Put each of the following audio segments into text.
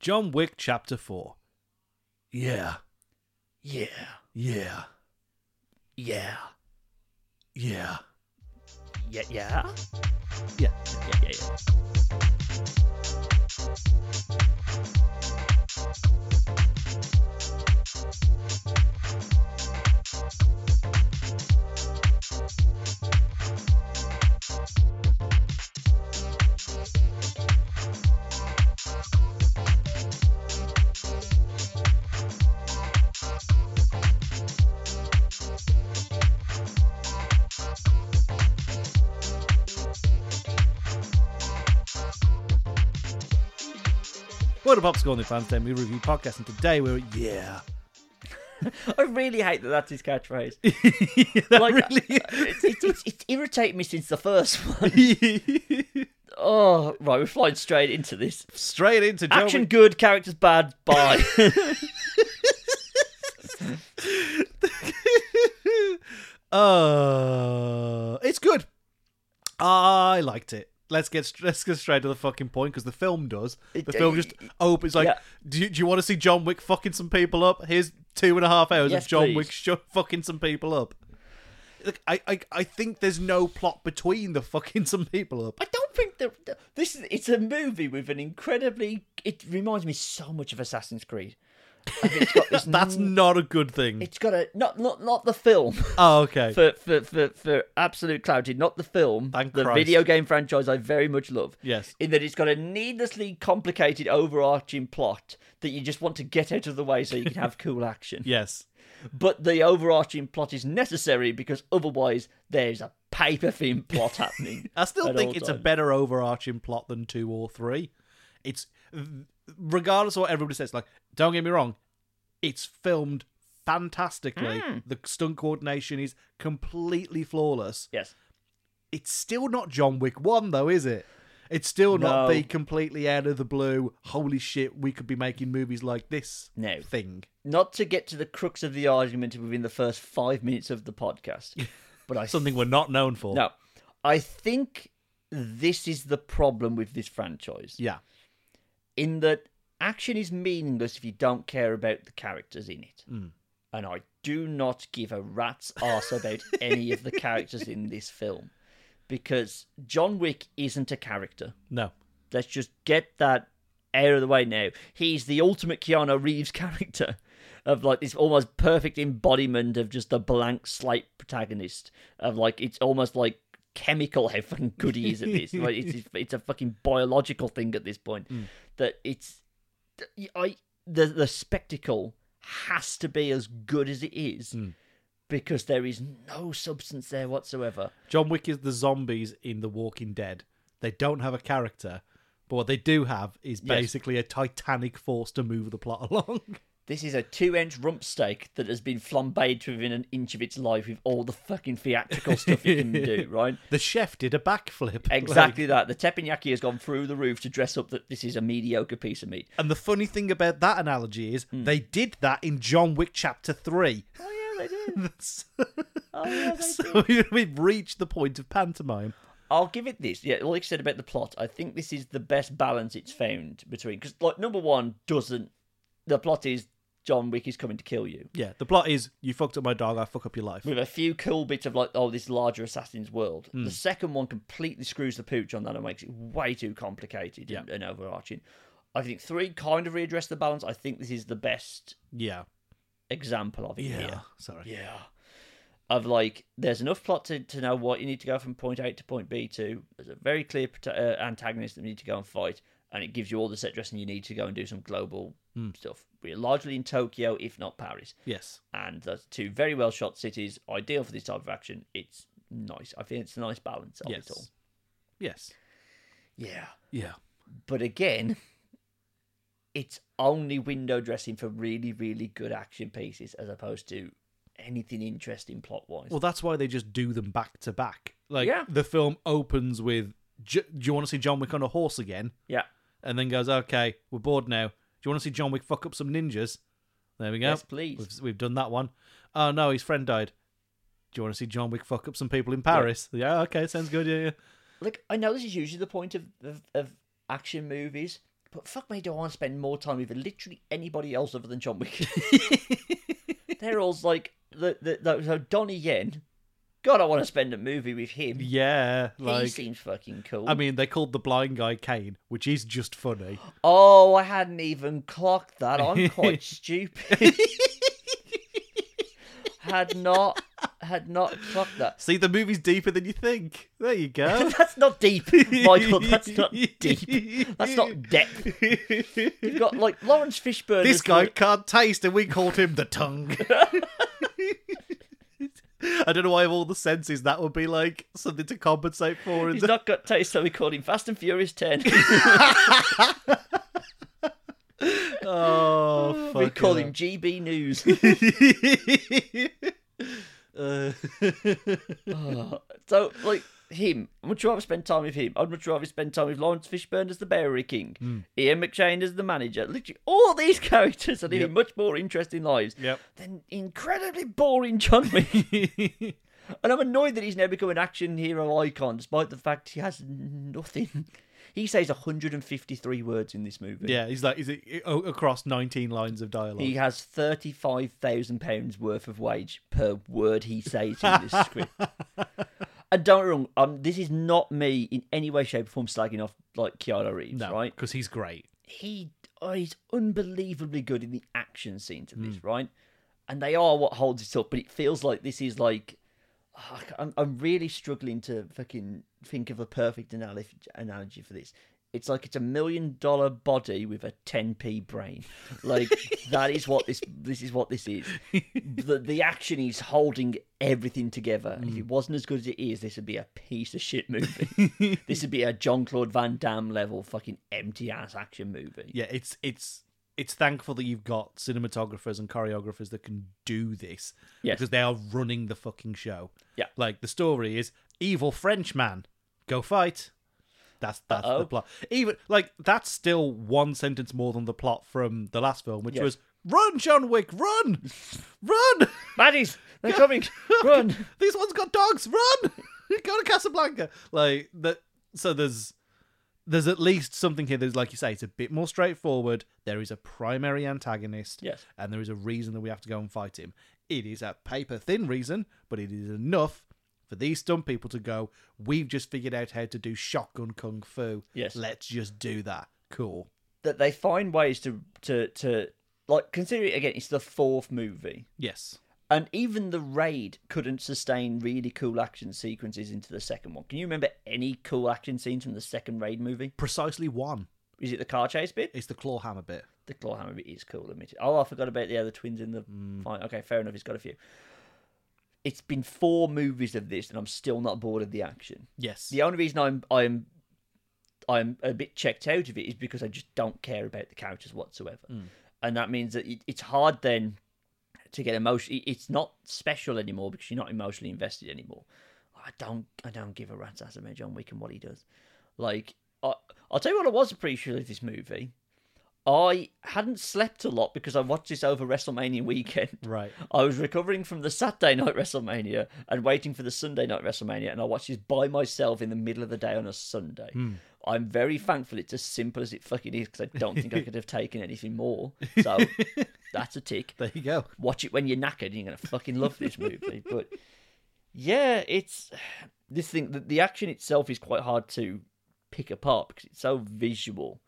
John Wick Chapter 4. Yeah, Yeah. yeah, Yeah. yeah. Yeah. Yeah. Yeah. Yeah. Yeah. yeah. What up, Popsicle Fans? Then we review podcast, and today we're at yeah. I really hate that that's his catchphrase. that Like, really. It's it, it's it's irritated me since the first one. Oh, right, we're flying straight into this. Straight into John Action Wick. good, characters bad, bye. uh, it's good. I liked it. Let's get str- let's get straight to the fucking point because the film does. It- The film just opens like, yeah. do you, do you want to see John Wick fucking some people up? Here's two and a half hours Yes, of John please. Wick sh- fucking some people up. Look, I, I I think there's no plot between the fucking some people up. I don't think that that- this is. It's a movie with an incredibly. It reminds me so much of Assassin's Creed. I think it's got this. That's n- not a good thing. it's got a not not not the film Oh, okay. for for for, for absolute clarity. Not the film. Thank the Christ. video game franchise I very much love. Yes. In that it's got a needlessly complicated overarching plot that you just want to get out of the way so you can have cool action. Yes. But the overarching plot is necessary because otherwise there's a paper thin plot happening. I still at all think it's a times. better overarching plot than two or three. It's regardless of what everybody says. Like, don't get me wrong, it's filmed fantastically. The stunt coordination is completely flawless. Yes. It's still not John Wick one though, is it? It's still not No. the completely out of the blue. Holy shit, we could be making movies like this No. thing. not to get to the crux of the argument within the first five minutes of the podcast, but I Something we're not known for. no, I think this is the problem with this franchise Yeah. in that action is meaningless if you don't care about the characters in it, and I do not give a rat's ass about any of the characters in this film because John Wick isn't a character. No. Let's just get that out of the way now. He's the ultimate Keanu Reeves character of like this almost perfect embodiment of just a blank slate protagonist of like it's almost like chemical how fucking good he is at this. like it's it's a fucking biological thing at this point that it's I the the spectacle has to be as good as it is because there is no substance there whatsoever. John Wick is the zombies in The Walking Dead. They don't have a character, but what they do have is basically a titanic force to move the plot along. This is a two inch rump steak that has been flambéed to within an inch of its life with all the fucking theatrical stuff it can do, right? the chef did a backflip. Like- Exactly that. The teppanyaki has gone through the roof to dress up that this is a mediocre piece of meat. and the funny thing about that analogy is they did that in John Wick Chapter 3. Oh, yeah, they do. That's- Oh, yeah, they do. so we've reached the point of pantomime. I'll give it this. Yeah, like I said about the plot, I think this is the best balance it's found between. Because, like, number one doesn't. The plot is John Wick is coming to kill you. Yeah, the plot is you fucked up my dog, I fuck up your life. with a few cool bits of like, oh, this larger Assassin's World. The second one completely screws the pooch on that and makes it way too complicated and, and overarching. I think three kind of readdressed the balance. I think this is the best Yeah. example of it. Yeah. here. Sorry. Yeah. Of like, there's enough plot to, to know what you need to go from point A to point B to. There's a very clear prota- uh, antagonist that you need to go and fight, and it gives you all the set dressing you need to go and do some global stuff. We're largely in Tokyo, if not Paris Yes. and those two very well shot cities, ideal for this type of action. It's nice. I think it's a nice balance of it all. Yes. Yes. Yeah. Yeah. But again, it's only window dressing for really, really good action pieces as opposed to anything interesting plot wise. Well, that's why they just do them back to back. Like Yeah. the film opens with, "J- "Do you want to see John Wick on a horse again?" yeah. And then goes, "Okay, we're bored now. Do you want to see John Wick fuck up some ninjas?" There we go. Yes, please. We've, we've done that one. Oh no, his friend died. Do you want to see John Wick fuck up some people in Paris? Yeah, okay, sounds good. Yeah, yeah. Like, I know this is usually the point of, of, of action movies, But fuck me, do I want to spend more time with literally anybody else other than John Wick? They're all like the, the, the so Donnie Yen. God, I want to spend a movie with him. Yeah, he like seems fucking cool. I mean, they called the blind guy Kane, which is just funny. Oh, I hadn't even clocked that. I'm quite stupid. had not had not clocked that. See, the movie's deeper than you think. There you go. That's not deep, Michael. That's not deep. That's not depth. You've got like Lawrence Fishburne. This is guy the- can't taste, and we called him the tongue. I don't know why of all the senses that would be like something to compensate for. in He's the- not got taste, so we called him Fast and Furious Ten. oh, fuck we call yeah. him GB News. Uh, Oh, so like him, I'd much rather spend time with him. I'd much rather spend time with Lawrence Fishburne as the Bowery King, Hmm. Ian McShane as the manager. Literally, all these characters are living much more interesting lives Yep. than incredibly boring John Wick. and I'm annoyed that he's now become an action hero icon, despite the fact he has nothing. He says 153 words in this movie. yeah, he's like, is it oh, across 19 lines of dialogue? He has thirty-five thousand pounds worth of wage per word he says in this script. And don't get me wrong, um, this is not me in any way, shape, or form slagging off like Keanu Reeves, no, right? Because he's great. He oh, he's unbelievably good in the action scenes of this, right? And they are what holds it up, but it feels like this is like ah, I ca- I'm, I'm really struggling to fucking think of a perfect anal- analogy for this. It's like it's a million dollar body with a 10p brain. Like that is what this this is what this is. The, the action is holding everything together. And if it wasn't as good as it is, this would be a piece of shit movie. this would be a John Claude Van Damme level fucking empty ass action movie. yeah it's it's it's thankful that you've got cinematographers and choreographers that can do this Yes. because they are running the fucking show Yeah. like the story is evil frenchman go fight that's that's Uh-oh. the plot even like that's still one sentence more than the plot from the last film which Yeah. was run john wick run run Baddies, they're coming. Run. these ones got dogs. Run! Go to Casablanca. Like that. So there's there's at least something here that's like you say, it's a bit more straightforward. There is a primary antagonist. Yes. And there is a reason that we have to go and fight him. It is a paper thin reason, but it is enough for these dumb people to go. We've just figured out how to do shotgun kung fu. Yes. Let's just do that. Cool. That they find ways to to to like consider it again. It's the fourth movie. Yes. And even the raid couldn't sustain really cool action sequences into the second one. Can you remember any cool action scenes from the second raid movie? Precisely one. Is it the car chase bit? It's the claw hammer bit. The clawhammer bit is cool, admit it. Oh, I forgot about the other twins in the fight. Okay, fair enough. He's got a few. It's been four movies of this, and I'm still not bored of the action. Yes. The only reason I'm I'm I'm a bit checked out of it is because I just don't care about the characters whatsoever, and that means that it, it's hard then to get emotion. it- It's not special anymore because you're not emotionally invested anymore. I don't I don't give a rat's ass about John Wick and what he does. Like I I'll tell you what I was appreciative of this movie. I hadn't slept a lot because I watched this over WrestleMania weekend. Right. I was recovering from the Saturday night WrestleMania and waiting for the Sunday night WrestleMania, and I watched this by myself in the middle of the day on a Sunday. I'm very thankful it's as simple as it fucking is because I don't think I could have taken anything more. So that's a tick. There you go. Watch it when you're knackered, and you're gonna fucking love this movie. But yeah, it's this thing. The, the action itself is quite hard to pick apart because it's so visual.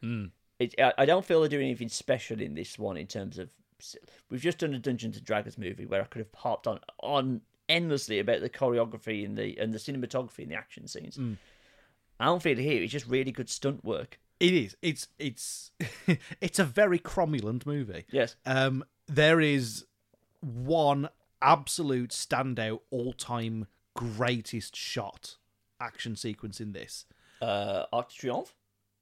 It, I, I don't feel they're doing anything special in this one in terms of. s- We've just done a Dungeons and Dragons movie where I could have harped on on endlessly about the choreography and the and the cinematography and the action scenes. I don't feel it here. It's just really good stunt work. It is. It's it's it's a very cromulent movie. Yes. Um, there is one absolute standout all-time greatest shot action sequence in this. Uh, Arc de Triomphe.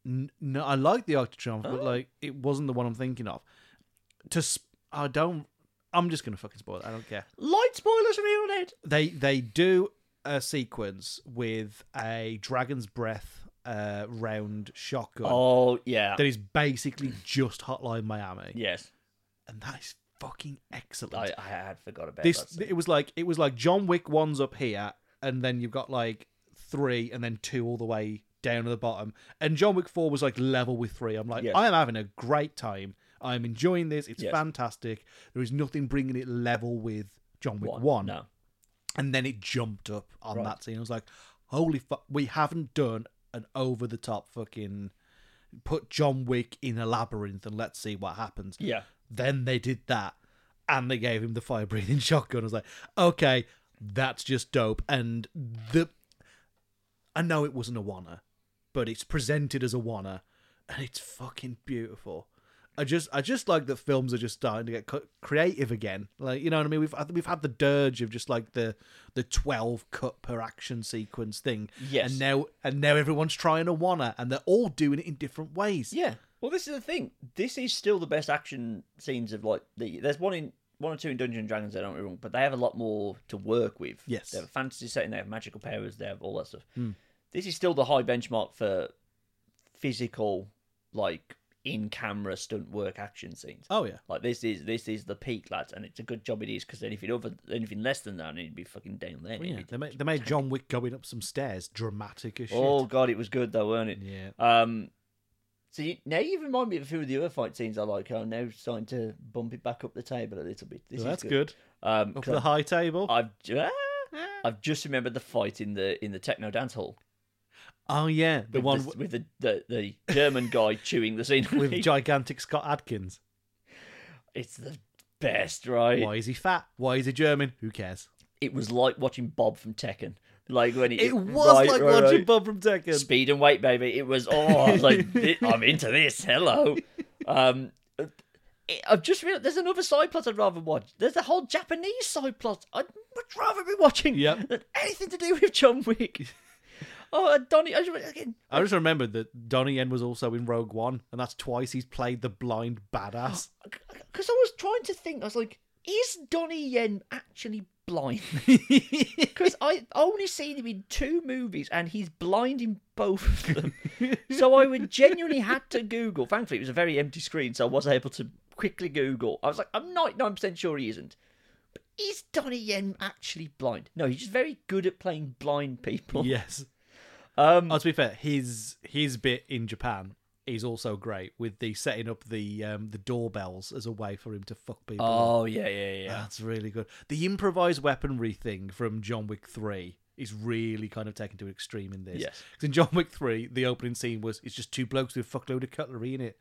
N- No, I like the Arc de Triomphe, but like it wasn't the one I'm thinking of. To sp- I don't. I'm just gonna fucking spoil it. I don't care. Light spoilers from here on out. They they do a sequence with a dragon's breath uh round shotgun Oh yeah. that is basically just Hotline Miami. Yes. and that is fucking excellent. I, I had forgot about this that. it was like it was like John Wick one's up here, and then you've got like three, and then two all the way down at the bottom. And John Wick 4 was like level with 3. I'm like, Yes. I am having a great time. I'm enjoying this. It's Yes. fantastic. There is nothing bringing it level with John Wick 1. No. And then it jumped up on that scene. I was like, holy fuck, we haven't done an over the top fucking put John Wick in a labyrinth and let's see what happens. Yeah. Then they did that and they gave him the fire breathing shotgun. I was like, okay, that's just dope. And the I know it wasn't a wanna, but it's presented as a wanna and it's fucking beautiful. I just I just like that films are just starting to get cut creative again. Like you know what I mean? We've I think we've had the dirge of just like the the 12 cut per action sequence thing. Yes. And now and now everyone's trying a wanna and they're all doing it in different ways. Yeah. Well, this is the thing. This is still the best action scenes of like the. There's one in one or two in Dungeons and Dragons. I don't get me wrong, but they have a lot more to work with. Yes. Hmm. They have a fantasy setting. They have magical powers. They have all that stuff. This is still the high benchmark for physical, like in camera stunt work action scenes. Oh yeah. Like this is this is the peak, lads, and it's a good job it is because anything other anything less than that, it'd be fucking down there. Yeah, It'd be- they made, they made John Wick going up some stairs dramatic as shit. oh god, it was good though, weren't it? yeah. Um, so you, now you remind me of a few of the other fight scenes I like. I'm now starting to bump it back up the table a little bit. This So is that's good. Um, Up 'cause the high table. I've ju- ah, I've just remembered the fight in the in the techno dance hall. oh yeah, the with one s- with the, the the German guy chewing the scene. with gigantic Scott Adkins. it's the best, right? Why is he fat? Why is he German? Who cares? It was like watching Bob from Tekken. Like when he, It was right, like right, right. watching Bob from Tekken. Speed and weight, baby. It was oh, I was like thi- I'm into this. Hello. Um, it- I've just realized there's another side plot I'd rather watch. There's a whole Japanese side plot I'd much rather be watching Yep. than anything to do with John Wick. oh, and Donnie, I just, again, I just remembered that Donnie Yen was also in Rogue One, and that's twice he's played the blind badass. because I was trying to think. I was like, is Donnie Yen actually blind? Because I only seen him in two movies, and he's blind in both of them. so I would genuinely had to Google. Thankfully, it was a very empty screen, so I was able to quickly Google. I was like, I'm 99% sure he isn't. But is Donnie Yen actually blind? No, he's just very good at playing blind people. yes. Um, Oh, to be fair, his his bit in Japan is also great with the setting up the um, the doorbells as a way for him to fuck people. up. oh yeah, yeah, yeah. That's really good. The improvised weaponry thing from John Wick 3 is really kind of taken to an extreme in this. Yes. 'Cause in John Wick 3, the opening scene was it's just two blokes with a fuckload of cutlery in it.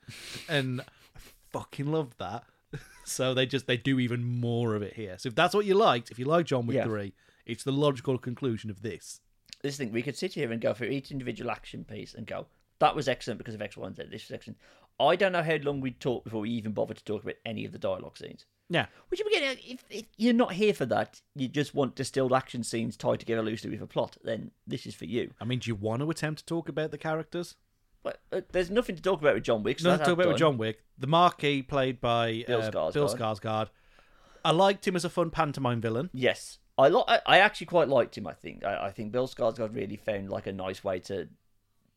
and I fucking love that. So they just they do even more of it here. So if that's what you liked, if you like John Wick Yeah. 3, it's the logical conclusion of this. This thing we could sit here and go through each individual action piece and go, that was excellent because of X, Y, and Z. This was excellent. I don't know how long we'd talk before we even bothered to talk about any of the dialogue scenes. Yeah. Which again, if, if you're not here for that, you just want distilled action scenes tied together loosely with a plot, then this is for you. I mean, do you want to attempt to talk about the characters? But uh, there's nothing to talk about with John Wick. So No, that's talk about done. with John Wick. The Marquis, played by Bill uh, Skarsgård. Bill Skarsgård. I liked him as a fun pantomime villain. Yes, I li- I I actually quite liked him. I think I, I think Bill Skarsgård really found like a nice way to.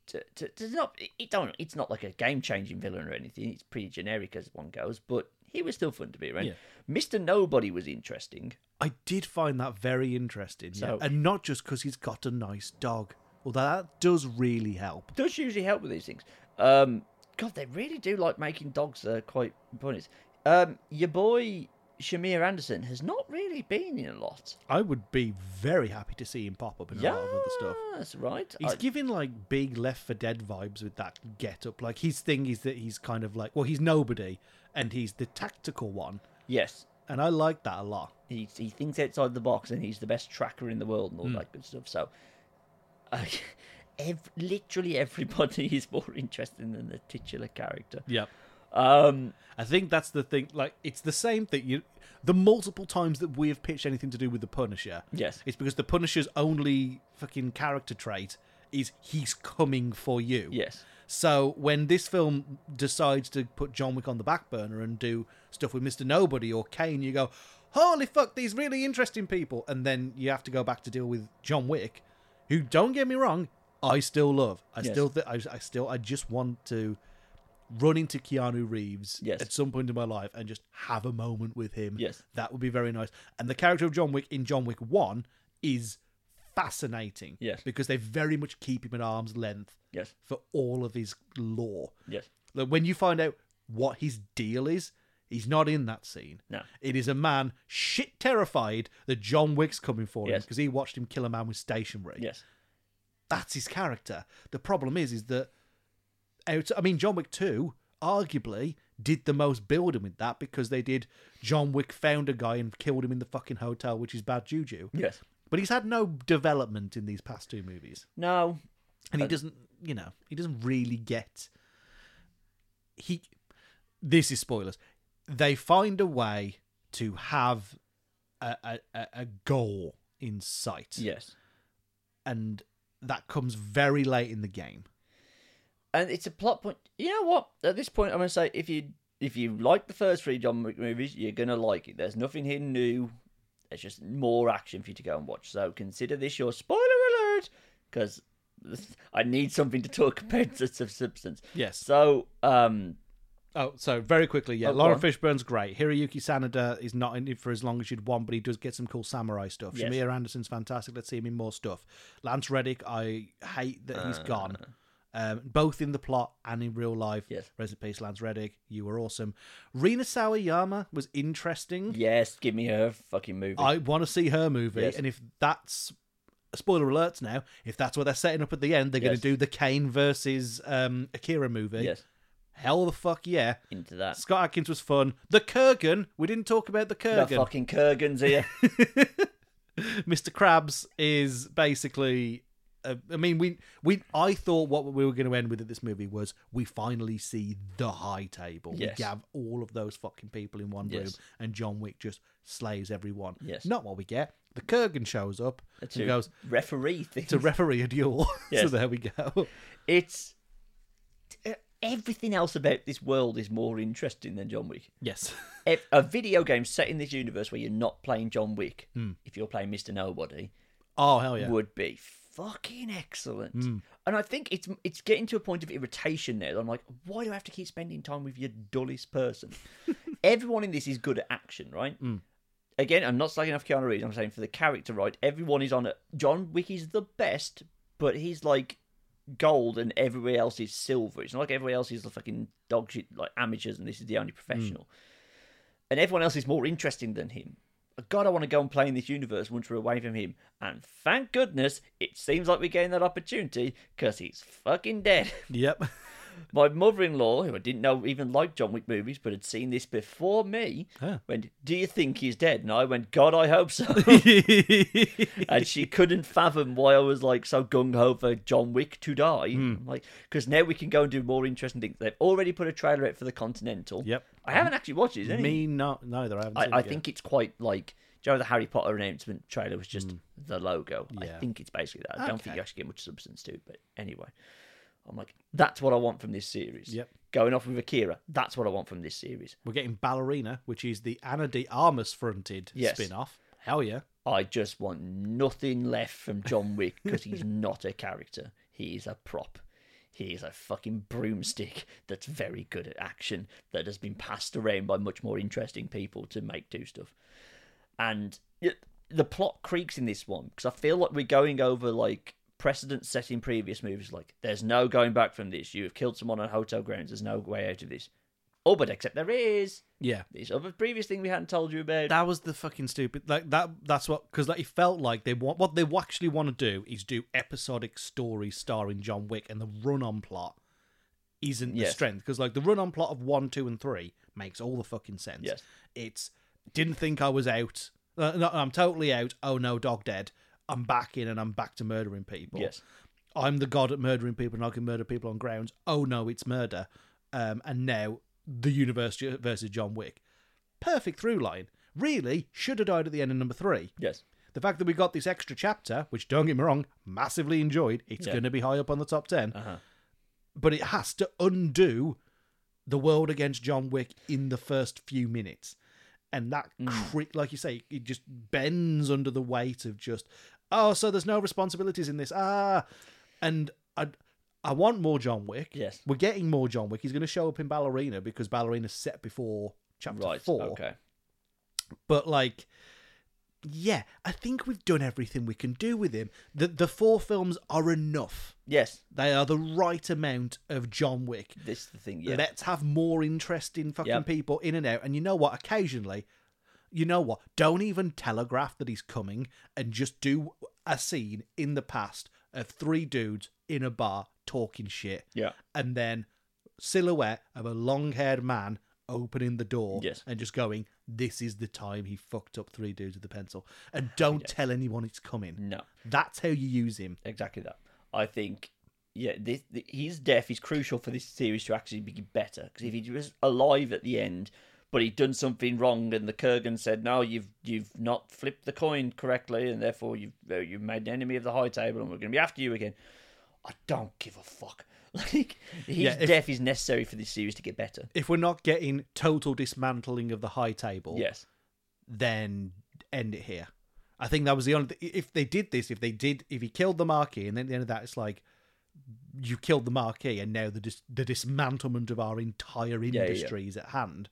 To, to, to not it- it don't it's not like a game changing villain or anything. It's pretty generic as one goes, but he was still fun to be around. Yeah. Mister Nobody was interesting. I did find that very interesting. So- yeah. And not just because he's got a nice dog. Although that does really help. does usually help with these things. Um, God, they really do like making dogs uh, quite important. Um, your boy Shamir Anderson has not really been in a lot. I would be very happy to see him pop up in a lot of other stuff. Ah, That's right. He's I- giving like big Left for Dead vibes with that get up. Like his thing is that he's kind of like, well, he's nobody and he's the tactical one. yes, And I like that a lot. he he thinks outside the box, and he's the best tracker in the world and all that good stuff. So, uh, ev- literally everybody is more interesting than the titular character. Yep. Um, I think that's the thing. Like, it's the same thing. You, the multiple times that we have pitched anything to do with the Punisher, Yes. it's because the Punisher's only fucking character trait is he's coming for you. yes, So when this film decides to put John Wick on the back burner and do stuff with Mister Nobody or Kane, you go, "Holy fuck, these really interesting people!" And then you have to go back to deal with John Wick, who, don't get me wrong, I still love. I Yes. still, th- I, I still, I just want to run into Keanu Reeves Yes. at some point in my life and just have a moment with him. Yes. that would be very nice. And the character of John Wick in John Wick One is fascinating. Yes. Because they very much keep him at arm's length Yes. for all of his lore. Yes. Like when you find out what his deal is, he's not in that scene. No. It is a man shit terrified that John Wick's coming for him Yes. because he watched him kill a man with stationery. Yes. That's his character. The problem is, is that out. I mean, John Wick Two arguably did the most building with that because they did. John Wick found a guy and killed him in the fucking hotel, which is bad juju. Yes. But he's had no development in these past two movies No. and he doesn't you know he doesn't really get he this is spoilers they find a way to have a, a, a- a goal in sight Yes. and that comes very late in the game and it's a plot point. You know what? At this point, I'm gonna say if you if you like the first three John Wick movies, you're gonna like it. There's nothing here new. There's just more action for you to go and watch. So consider this your spoiler alert because I need something to talk about that's of substance. Yes. So um, oh so very quickly yeah Oh, go Laura on. Fishburne's great Hiroyuki Sanada is not in it for as long as you'd want but he does get some cool samurai stuff Yes. Shamir Anderson's fantastic let's see him in more stuff Lance Reddick I hate that Uh. he's gone um, both in the plot and in real life Yes. Rest in peace, Lance Reddick. You were awesome. Rina Sawayama was interesting. yes, give me her fucking movie. I want to see her movie, Yes. and if that's spoiler alerts now, if that's what they're setting up at the end, they're going Yes. to do the Kane versus um, Akira movie. yes, Hell the fuck yeah! into that. Scott Atkins was fun. The Kurgan. We didn't talk about the The Kurgan. fucking Kurgan's here. Mr. Krabs is basically. Uh, I mean, we we I thought what we were going to end with at this movie was we finally see the high table. Yes. We have all of those fucking people in one room, Yes. and John Wick just slays everyone. Yes. not what we get. The Kurgan shows up and goes referee thing. to referee a duel. so Yes. there we go. it's everything else about this world is more interesting than John Wick. Yes, If a video game set in this universe where you're not playing John Wick, if you're playing Mr. Nobody, oh hell yeah. would be fucking excellent. And I think it's it's getting to a point of irritation there. that I'm like, why do I have to keep spending time with your dullest person? Everyone in this is good at action, right? Again, I'm not slagging off Keanu Reeves. I'm saying for the character, right? Everyone is on it. John Wick is the best, but he's like gold and everywhere else is silver. It's not like everywhere else is the fucking dog shit, like amateurs, and this is the only professional. And everyone else is more interesting than him. God, I want to go and play in this universe once we're away from him. And thank goodness, it seems like we're getting that opportunity because he's fucking dead. Yep. My mother in law, who I didn't know even liked John Wick movies but had seen this before me, Huh. went, Do you think he's dead? And I went, God, I hope so. and she couldn't fathom why I was like so gung ho for John Wick to die. Hmm. I'm Like, because now we can go and do more interesting things. They've already put a trailer out for the Continental. Yep. I haven't actually watched it. Is any- Me not neither. I haven't. I, seen I it yet. think it's quite like do you know the Harry Potter announcement trailer was just the logo. I Hmm. Yeah. think it's basically that. I don't think Okay. you actually get much substance to it, but anyway. I'm like, that's what I want from this series. Yep. Going off with Akira, that's what I want from this series. we're getting Ballerina, which is the Anna de Armas fronted Yes. spin-off. Hell yeah. I just want nothing left from John Wick because he's not a character. He is a prop. He is a fucking broomstick that's very good at action that has been passed around by much more interesting people to make do stuff. And y- the plot creaks in this one because I feel like we're going over like precedent set in previous movies. Like, there's no going back from this. You have killed someone on hotel grounds. There's no way out of this. Oh, but except there is Yeah. this other previous thing we hadn't told you about. That was the fucking stupid. Like that. That's what because like it felt like they want what they actually want to do is do episodic stories starring John Wick, and the run-on plot isn't the Yes. strength because like the run-on plot of one, two, and three makes all the fucking sense. Yes. It's didn't think I was out. Uh, no, I'm totally out. Oh no, dog dead. I'm back in and I'm back to murdering people. yes. I'm the god at murdering people and I can murder people on grounds. Oh no, it's murder. Um, and now the universe ju- versus John Wick. Perfect through line. Really should have died at the end of number three. Yes. The fact that we got this extra chapter, which don't get me wrong, massively enjoyed. It's Yeah. going to be high up on the top 10 Uh-huh. but it has to undo the world against John Wick in the first few minutes. And that, Mm. cre- like you say, it just bends under the weight of just, oh, so there's no responsibilities in this. Ah. And I, I want more John Wick. Yes. We're getting more John Wick. He's going to show up in Ballerina because Ballerina's set before chapter Right. four. Okay. But like, yeah, I think we've done everything we can do with him. The the four films are enough. Yes, They are the right amount of John Wick. this is the thing. Yeah, Let's have more interesting fucking Yep. people in and out. And you know what? Occasionally, you know what? Don't even telegraph that he's coming and just do a scene in the past of three dudes in a bar talking shit. yeah, And then silhouette of a long haired man opening the door Yes. and just going, This is the time he fucked up three dudes with a pencil. And don't tell anyone it's coming. no, That's how you use him. exactly that. I think, yeah, this, th his death is crucial for this series to actually be better because if he was alive at the end, but he'd done something wrong, and the Kurgan said, "No, you've you've not flipped the coin correctly, and therefore you've uh, you've made an enemy of the High Table, and we're going to be after you again." I don't give a fuck. Like his Yeah, if- death is necessary for this series to get better. If we're not getting total dismantling of the high table, Yes. then end it here. I think that was the only. If they did this, if they did, if he killed the marquee, and then at the end of that, it's like you killed the marquee, and now the dis- the dismantlement of our entire yeah. Mm-hmm. industry is at hand.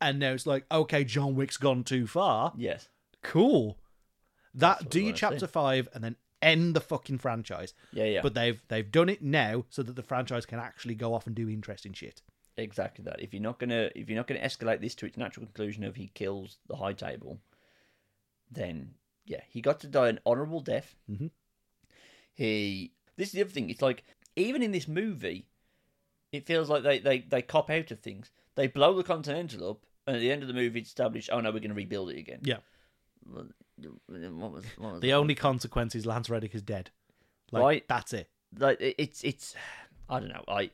And now it's like, okay, John Wick's gone too far. Yes. Cool. That do we your wanna see. chapter five, and then end the fucking franchise. Yeah. Yeah. But they've they've done it now, so that the franchise can actually go off and do interesting shit. Exactly that. If you're not gonna if you're not gonna escalate this to its natural conclusion of he kills the high table, then yeah, he got to die an honourable death. Mhm. He this is the other thing, it's like even in this movie, it feels like they, they, they cop out of things. They blow the Continental up and at the end of the movie it's established, oh no, we're gonna rebuild it again. Yeah. Well, What was, what was The only consequence is Lance Reddick is dead. Like, Right. That's it. like it- it's it's I don't know. I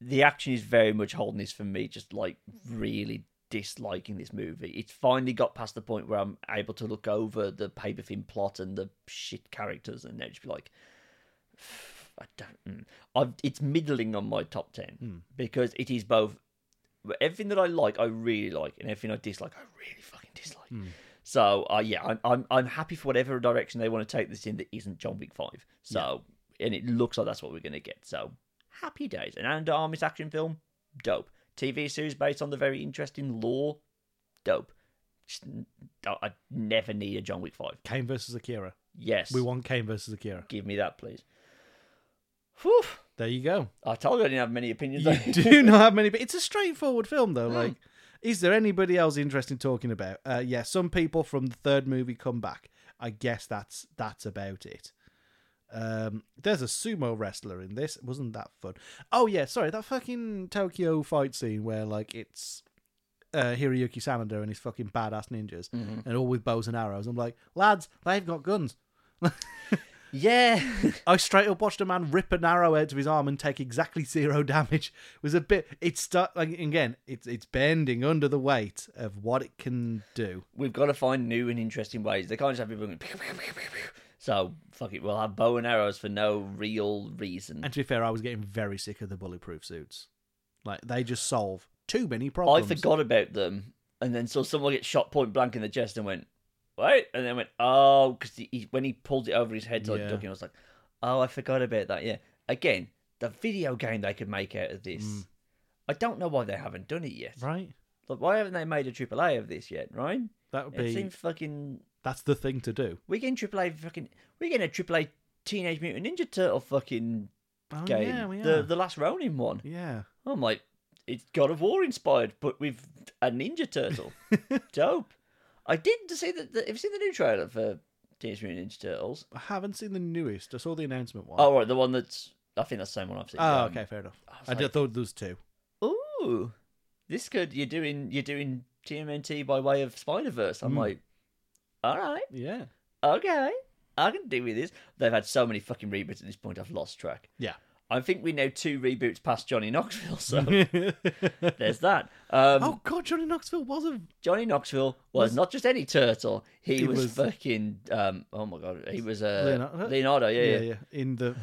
the action is very much holding this for me. Just like really disliking this movie. It's finally got past the point where I'm able to look over the paper thin plot and the shit characters and then just be like, I don't. mm. I've, it's middling on my top ten because it is both everything that I like, I really like, and everything I dislike, I really fucking dislike. So uh, yeah, I'm, I'm I'm happy for whatever direction they want to take this in that isn't John Wick Five. So and it looks like that's what we're gonna get. So happy days. An Anna de Armas action film, dope. TV series based on the very interesting lore, dope. Just, n- I I never need a John Wick Five. Kane versus Akira. Yes, We want Kane versus Akira. give me that, please. Whew. There you go. I told you I didn't have many opinions. You do not have many, but it's a straightforward film though. Like, is there anybody else interesting talking about? Uh, yeah, some people from the third movie come back. I guess that's that's about it. Um, there's a sumo wrestler in this. Wasn't that fun? Oh yeah, sorry that fucking Tokyo fight scene where like it's uh, Hiroyuki Sanada and his fucking badass ninjas and all with bows and arrows. I'm like, lads, they've got guns. yeah. I straight up watched a man rip an arrow out of his arm and take exactly zero damage. It was a bit. It's start like again. It's it's bending under the weight of what it can do. we've got to find new and interesting ways. They can't just have people going. "Pew, pew, pew, pew, pew." So fuck it, we'll have bow and arrows for no real reason. And to be fair, I was getting very sick of the bulletproof suits. Like they just solve too many I problems. forgot about them, and then saw someone get shot point blank in the chest and went, "Wait," and then went, "Oh," because he, he, when he pulled it over his head to like Yeah. duck in, I was like, "Oh, I forgot about that." Yeah, again, the video game they could make out of this. I don't know why they haven't done it yet. Mm. right. Like, why haven't they made a AAA of this yet? Right? That would It be. seems fucking That's the thing to do. We're getting triple A fucking. We're getting a triple A Teenage Mutant Ninja Turtle fucking Oh, game. Yeah, we The are. the last Ronin one. Yeah. I'm like, it's God of War inspired, but with a Ninja Turtle. Dope. I did see that. The, have you seen the new trailer for Teenage Mutant Ninja Turtles? I haven't seen the newest. I saw the announcement one. Oh right, the one that's. I think that's the same one I've seen. Oh, Um, okay, fair enough. I was I, like- thought there was two. Ooh, this could. You're doing. You're doing TMNT by way of Spider Verse. I'm Mm. like, all right. Yeah. okay, I can deal with this. They've had so many fucking reboots at this point, I've lost track. Yeah. I think we know two reboots past Johnny Knoxville, so there's that. Um, oh God, Johnny Knoxville was a Johnny Knoxville was not just any turtle. He, He was, was- fucking, um, oh my god, he was uh, Leonardo? Leonardo. yeah, yeah. yeah, yeah. In the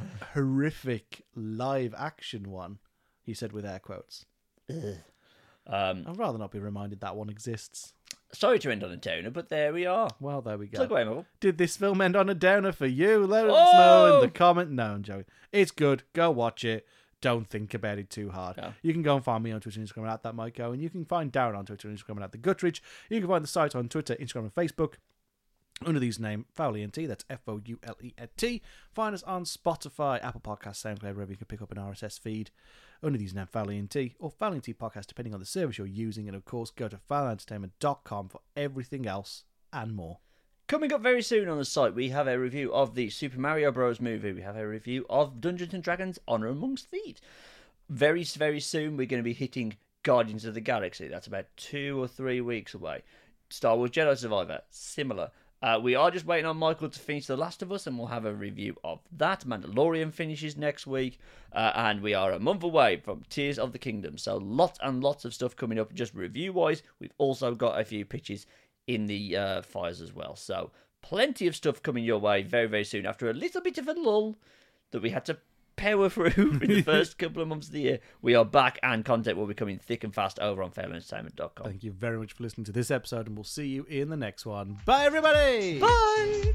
horrific live action one, he said with air quotes. Um, I'd rather not be reminded that one exists. sorry to end on a downer, but there we are. Well, there we go. Plug away, Michael. Did this film end on a downer for you? Let us know Oh! in the comment. No, I'm joking. It's good. Go watch it. Don't think about it too hard. No. You can go and find me on Twitter and Instagram at that might go, and you can find Darren on Twitter and Instagram at the Guttridge. You can find the site on Twitter, Instagram, and Facebook. under these name Fouliant. That's F O U L E N T. Find us on Spotify, Apple Podcasts, SoundCloud, wherever you can pick up an RSS feed under these name Fouliant or Fouliant Podcast, depending on the service you're using. And of course, go to foulentertainment.com for everything else and more. Coming up very soon on the site, we have a review of the Super Mario Bros. movie. We have a review of Dungeons and Dragons: Honor Amongst Thieves. Very, very soon, we're going to be hitting Guardians of the Galaxy. That's about two or three weeks away. Star Wars Jedi Survivor, similar. Uh, we are just waiting on Michael to finish The Last of Us, and we'll have a review of that. Mandalorian finishes next week, uh, and we are a month away from Tears of the Kingdom. So, lots and lots of stuff coming up, just review wise. We've also got a few pitches in the uh, fires as well. So, plenty of stuff coming your way very, very soon after a little bit of a lull that we had to power through in the first couple of months of the year. We are back, and content will be coming thick and fast over on fairentertainment.com. Thank you very much for listening to this episode, and we'll see you in the next one. Bye, everybody! Bye!